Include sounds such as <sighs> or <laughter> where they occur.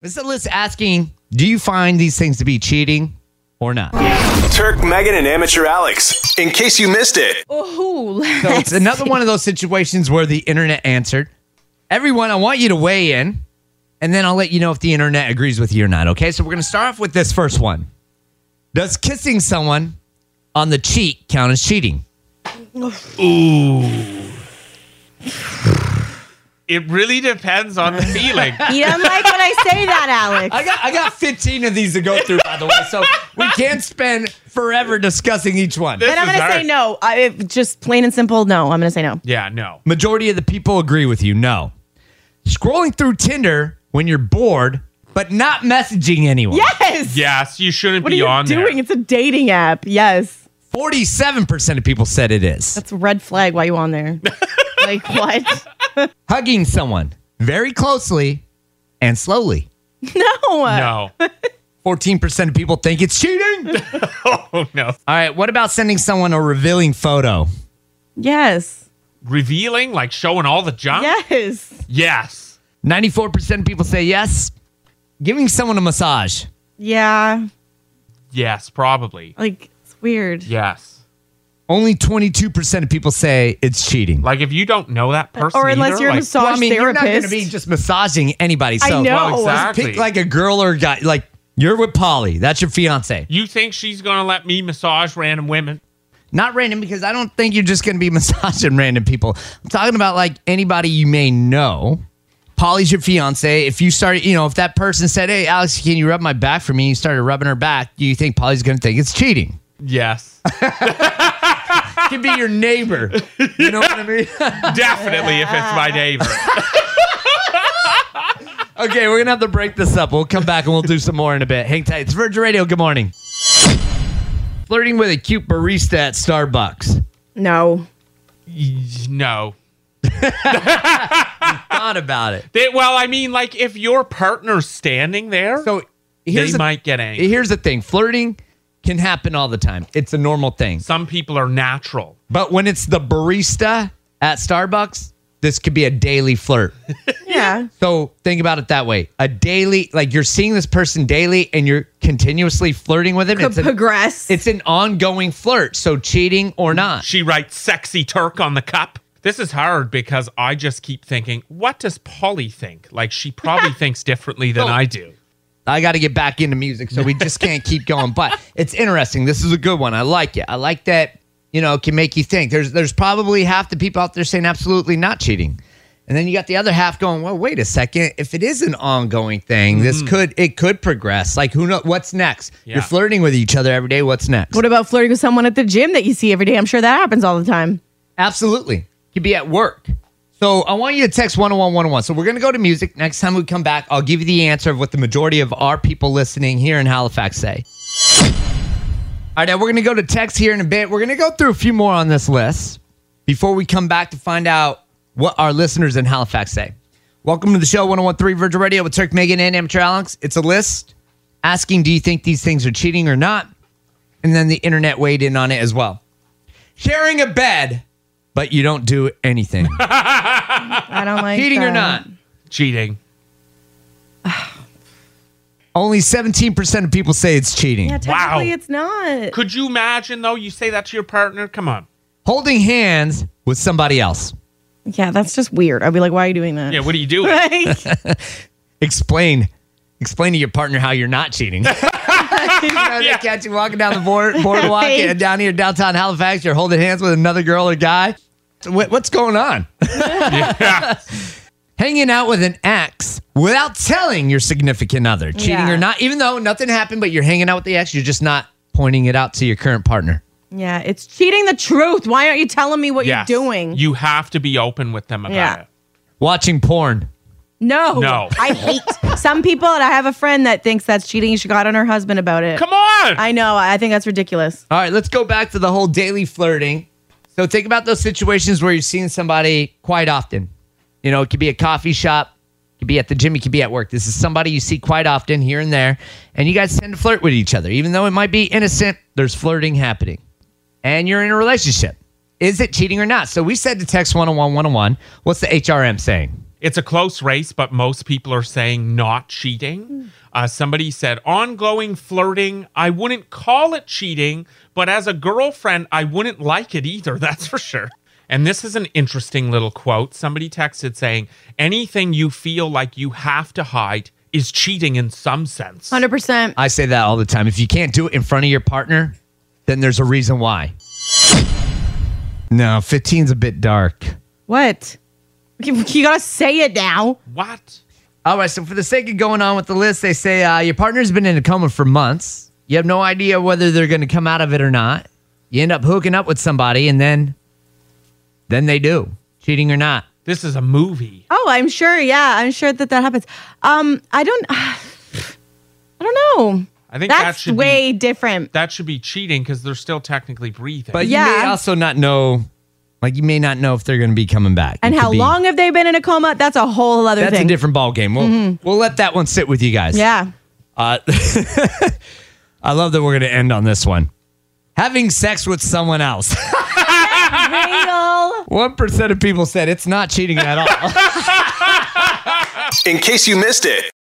This is a list asking, do you find these things to be cheating or not? Turk, Megan, and Amateur Alex. In case you missed it, Ooh, <laughs> So it's another one of those situations where the internet answered. Everyone, I want you to weigh in, and then I'll let you know if the internet agrees with you or not. Okay, so we're going to start off with this first one. Does kissing someone on the cheek count as cheating? It really <laughs> depends on the feeling. you don't like when I say <laughs> that, Alex. I got I got 15 of these to go through, by the way, so we can't spend forever discussing each one. This And I'm is gonna our- say no. I it- just plain and simple. No, I'm gonna say no. Yeah, no. Majority of the people agree with you. No. Scrolling through Tinder when you're bored, but not messaging anyone. Yes. Yes, you shouldn't What are be you on doing? there. It's a dating app. Yes. 47% of people said it is. It's a red flag. Why you on <laughs> there? like what? <laughs> hugging someone very closely and slowly. No. <laughs> No. 14% of people think it's cheating. All Oh no. right, what about sending someone a revealing photo? Yes. Revealing, like showing all the junk? Yes. Yes. 94% of people say yes. Giving someone a massage. Yeah. Yes, probably. Like it's weird. Yes. Only 22% of people say it's cheating. Like if you don't know that person. Or unless either, you're a like, massage Well, I mean, you're not therapist. going to be just massaging anybody. So I know. Well, exactly. pick like a girl or a guy. Like you're with Polly. That's your fiance. You think she's gonna let me massage random women? Not random because I don't think you're just going to be <laughs> massaging random people. I'm talking about like anybody you may know. Polly's your fiance. If you started, you know, if that person said, "Hey, Alex, can you rub my back for me?" and you started rubbing her back, do you think Polly's going to think it's cheating? <laughs> Yes. It <laughs> could be your neighbor. You know what I <laughs> mean? Definitely if it's my <laughs> neighbor. okay, we're going to have to break this up. We'll come back and we'll do some more in a bit. Hang tight. It's Virgin Radio. Good morning. Flirting with a cute barista at Starbucks. no. no. Thought about it. They, well, I mean, like if your partner's standing there, So they here's the, might get angry. here's the thing. Flirting can happen all the time. It's a normal thing. Some people are natural. But when it's the barista at Starbucks, this could be a daily flirt. Yeah. So think about it that way. A daily, like you're seeing this person daily and you're continuously flirting with him. Could It's an, progress. it's an ongoing flirt. So cheating or not. She writes sexy Turk on the cup. This is hard because I just keep thinking, what does Polly think? Like she probably thinks differently than I do. I got to get back into music. So we just can't keep going. But it's interesting. This is a good one. I like it. I like that, you know, it can make you think. There's, there's probably half the people out there saying absolutely not cheating. And then you got the other half going, well, wait a second. If it is an ongoing thing, this could it could progress. Like who know what's next? Yeah. You're flirting with each other every day. What's next? what about flirting with someone at the gym that you see every day? I'm sure that happens all the time. Absolutely. Could be at work. So I want you to text 101 101. So we're going to go to music. Next time we come back, I'll give you the answer of what the majority of our people listening here in Halifax say. All right, now we're going to go to text here in a bit. We're going to go through a few more on this list before we come back to find out what our listeners in Halifax say. Welcome to the show 1013 Virgin Radio with Turk Megan and Amateur Alex. It's a list asking, do you think these things are cheating or not? And then the internet weighed in on it as well. Sharing a bed but you don't do <laughs> anything. I <laughs> don't like Cheating or that. not, Cheating. only 17% of people say it's cheating. Yeah, technically Wow. it's not. Could you imagine though? You say that to your partner? Come on. Holding hands with somebody else. Yeah, that's just weird. I'd be like, why are you doing that? <laughs> Yeah, what are you doing? Like, Explain. Explain to your partner how you're not cheating. you <laughs> know, <laughs> they catch you walking down the board, boardwalk Right. and down here in downtown Halifax. You're holding hands with another girl or guy. What, what's going on? Yeah. <laughs> Hanging out with an ex without telling your significant other, cheating Yeah. or not, even though nothing happened, but you're hanging out with the ex, you're just not pointing it out to your current partner. yeah, it's cheating the truth. Why aren't you telling me what Yes. you're doing? You have to be open with them about Yeah. it. Watching porn. no. No. <laughs> I hate some people, and I have a friend that thinks that's cheating. She got on her husband about it. Come on. I know. I think that's ridiculous. All right, let's go back to the whole daily flirting. So think about those situations where you're seeing somebody quite often. You know, it could be a coffee shop, it could be at the gym, it could be at work. This is somebody you see quite often here and there, and you guys tend to flirt with each other. Even though it might be innocent, there's flirting happening. And you're in a oh relationship. Is it cheating or not? So we said to text 101 101. What's the HRM saying? It's a close race, but most people are saying not Hmm. cheating. Uh, somebody said ongoing flirting. I wouldn't call it cheating, but as a girlfriend, I wouldn't like it either. <laughs> That's for sure. And this is an interesting little quote. Somebody texted saying, anything you feel like you have to hide is cheating in some sense. 100%. I say that all the time. If you can't do it in front of your partner, then there's a reason why. No, 15's a bit dark. What? You, you gotta say it now. What? All right, so for the sake of going on with the list, they say uh, your partner's been in a coma for months. You have no idea whether they're going to come out of it or not. You end up hooking up with somebody, and then, then they do, cheating or not. This is a movie. Oh, I'm sure. Yeah, I'm sure that that happens. Um, I don't. <sighs> I don't know. I think that That's should be- way different. That should be cheating because they're still technically breathing. But you may Yeah. also not know, like you may not know if they're going to be coming back. and It could how be- long have they been in a coma? That's a whole other That's thing. a different ball game. We'll we'll let that one sit with you guys. Mm-hmm. <laughs> yeah. Uh, <laughs> I love that we're going to end on this one. Having sex with someone else. <laughs> Real. One percent of people said it's not cheating at all. In case you missed it.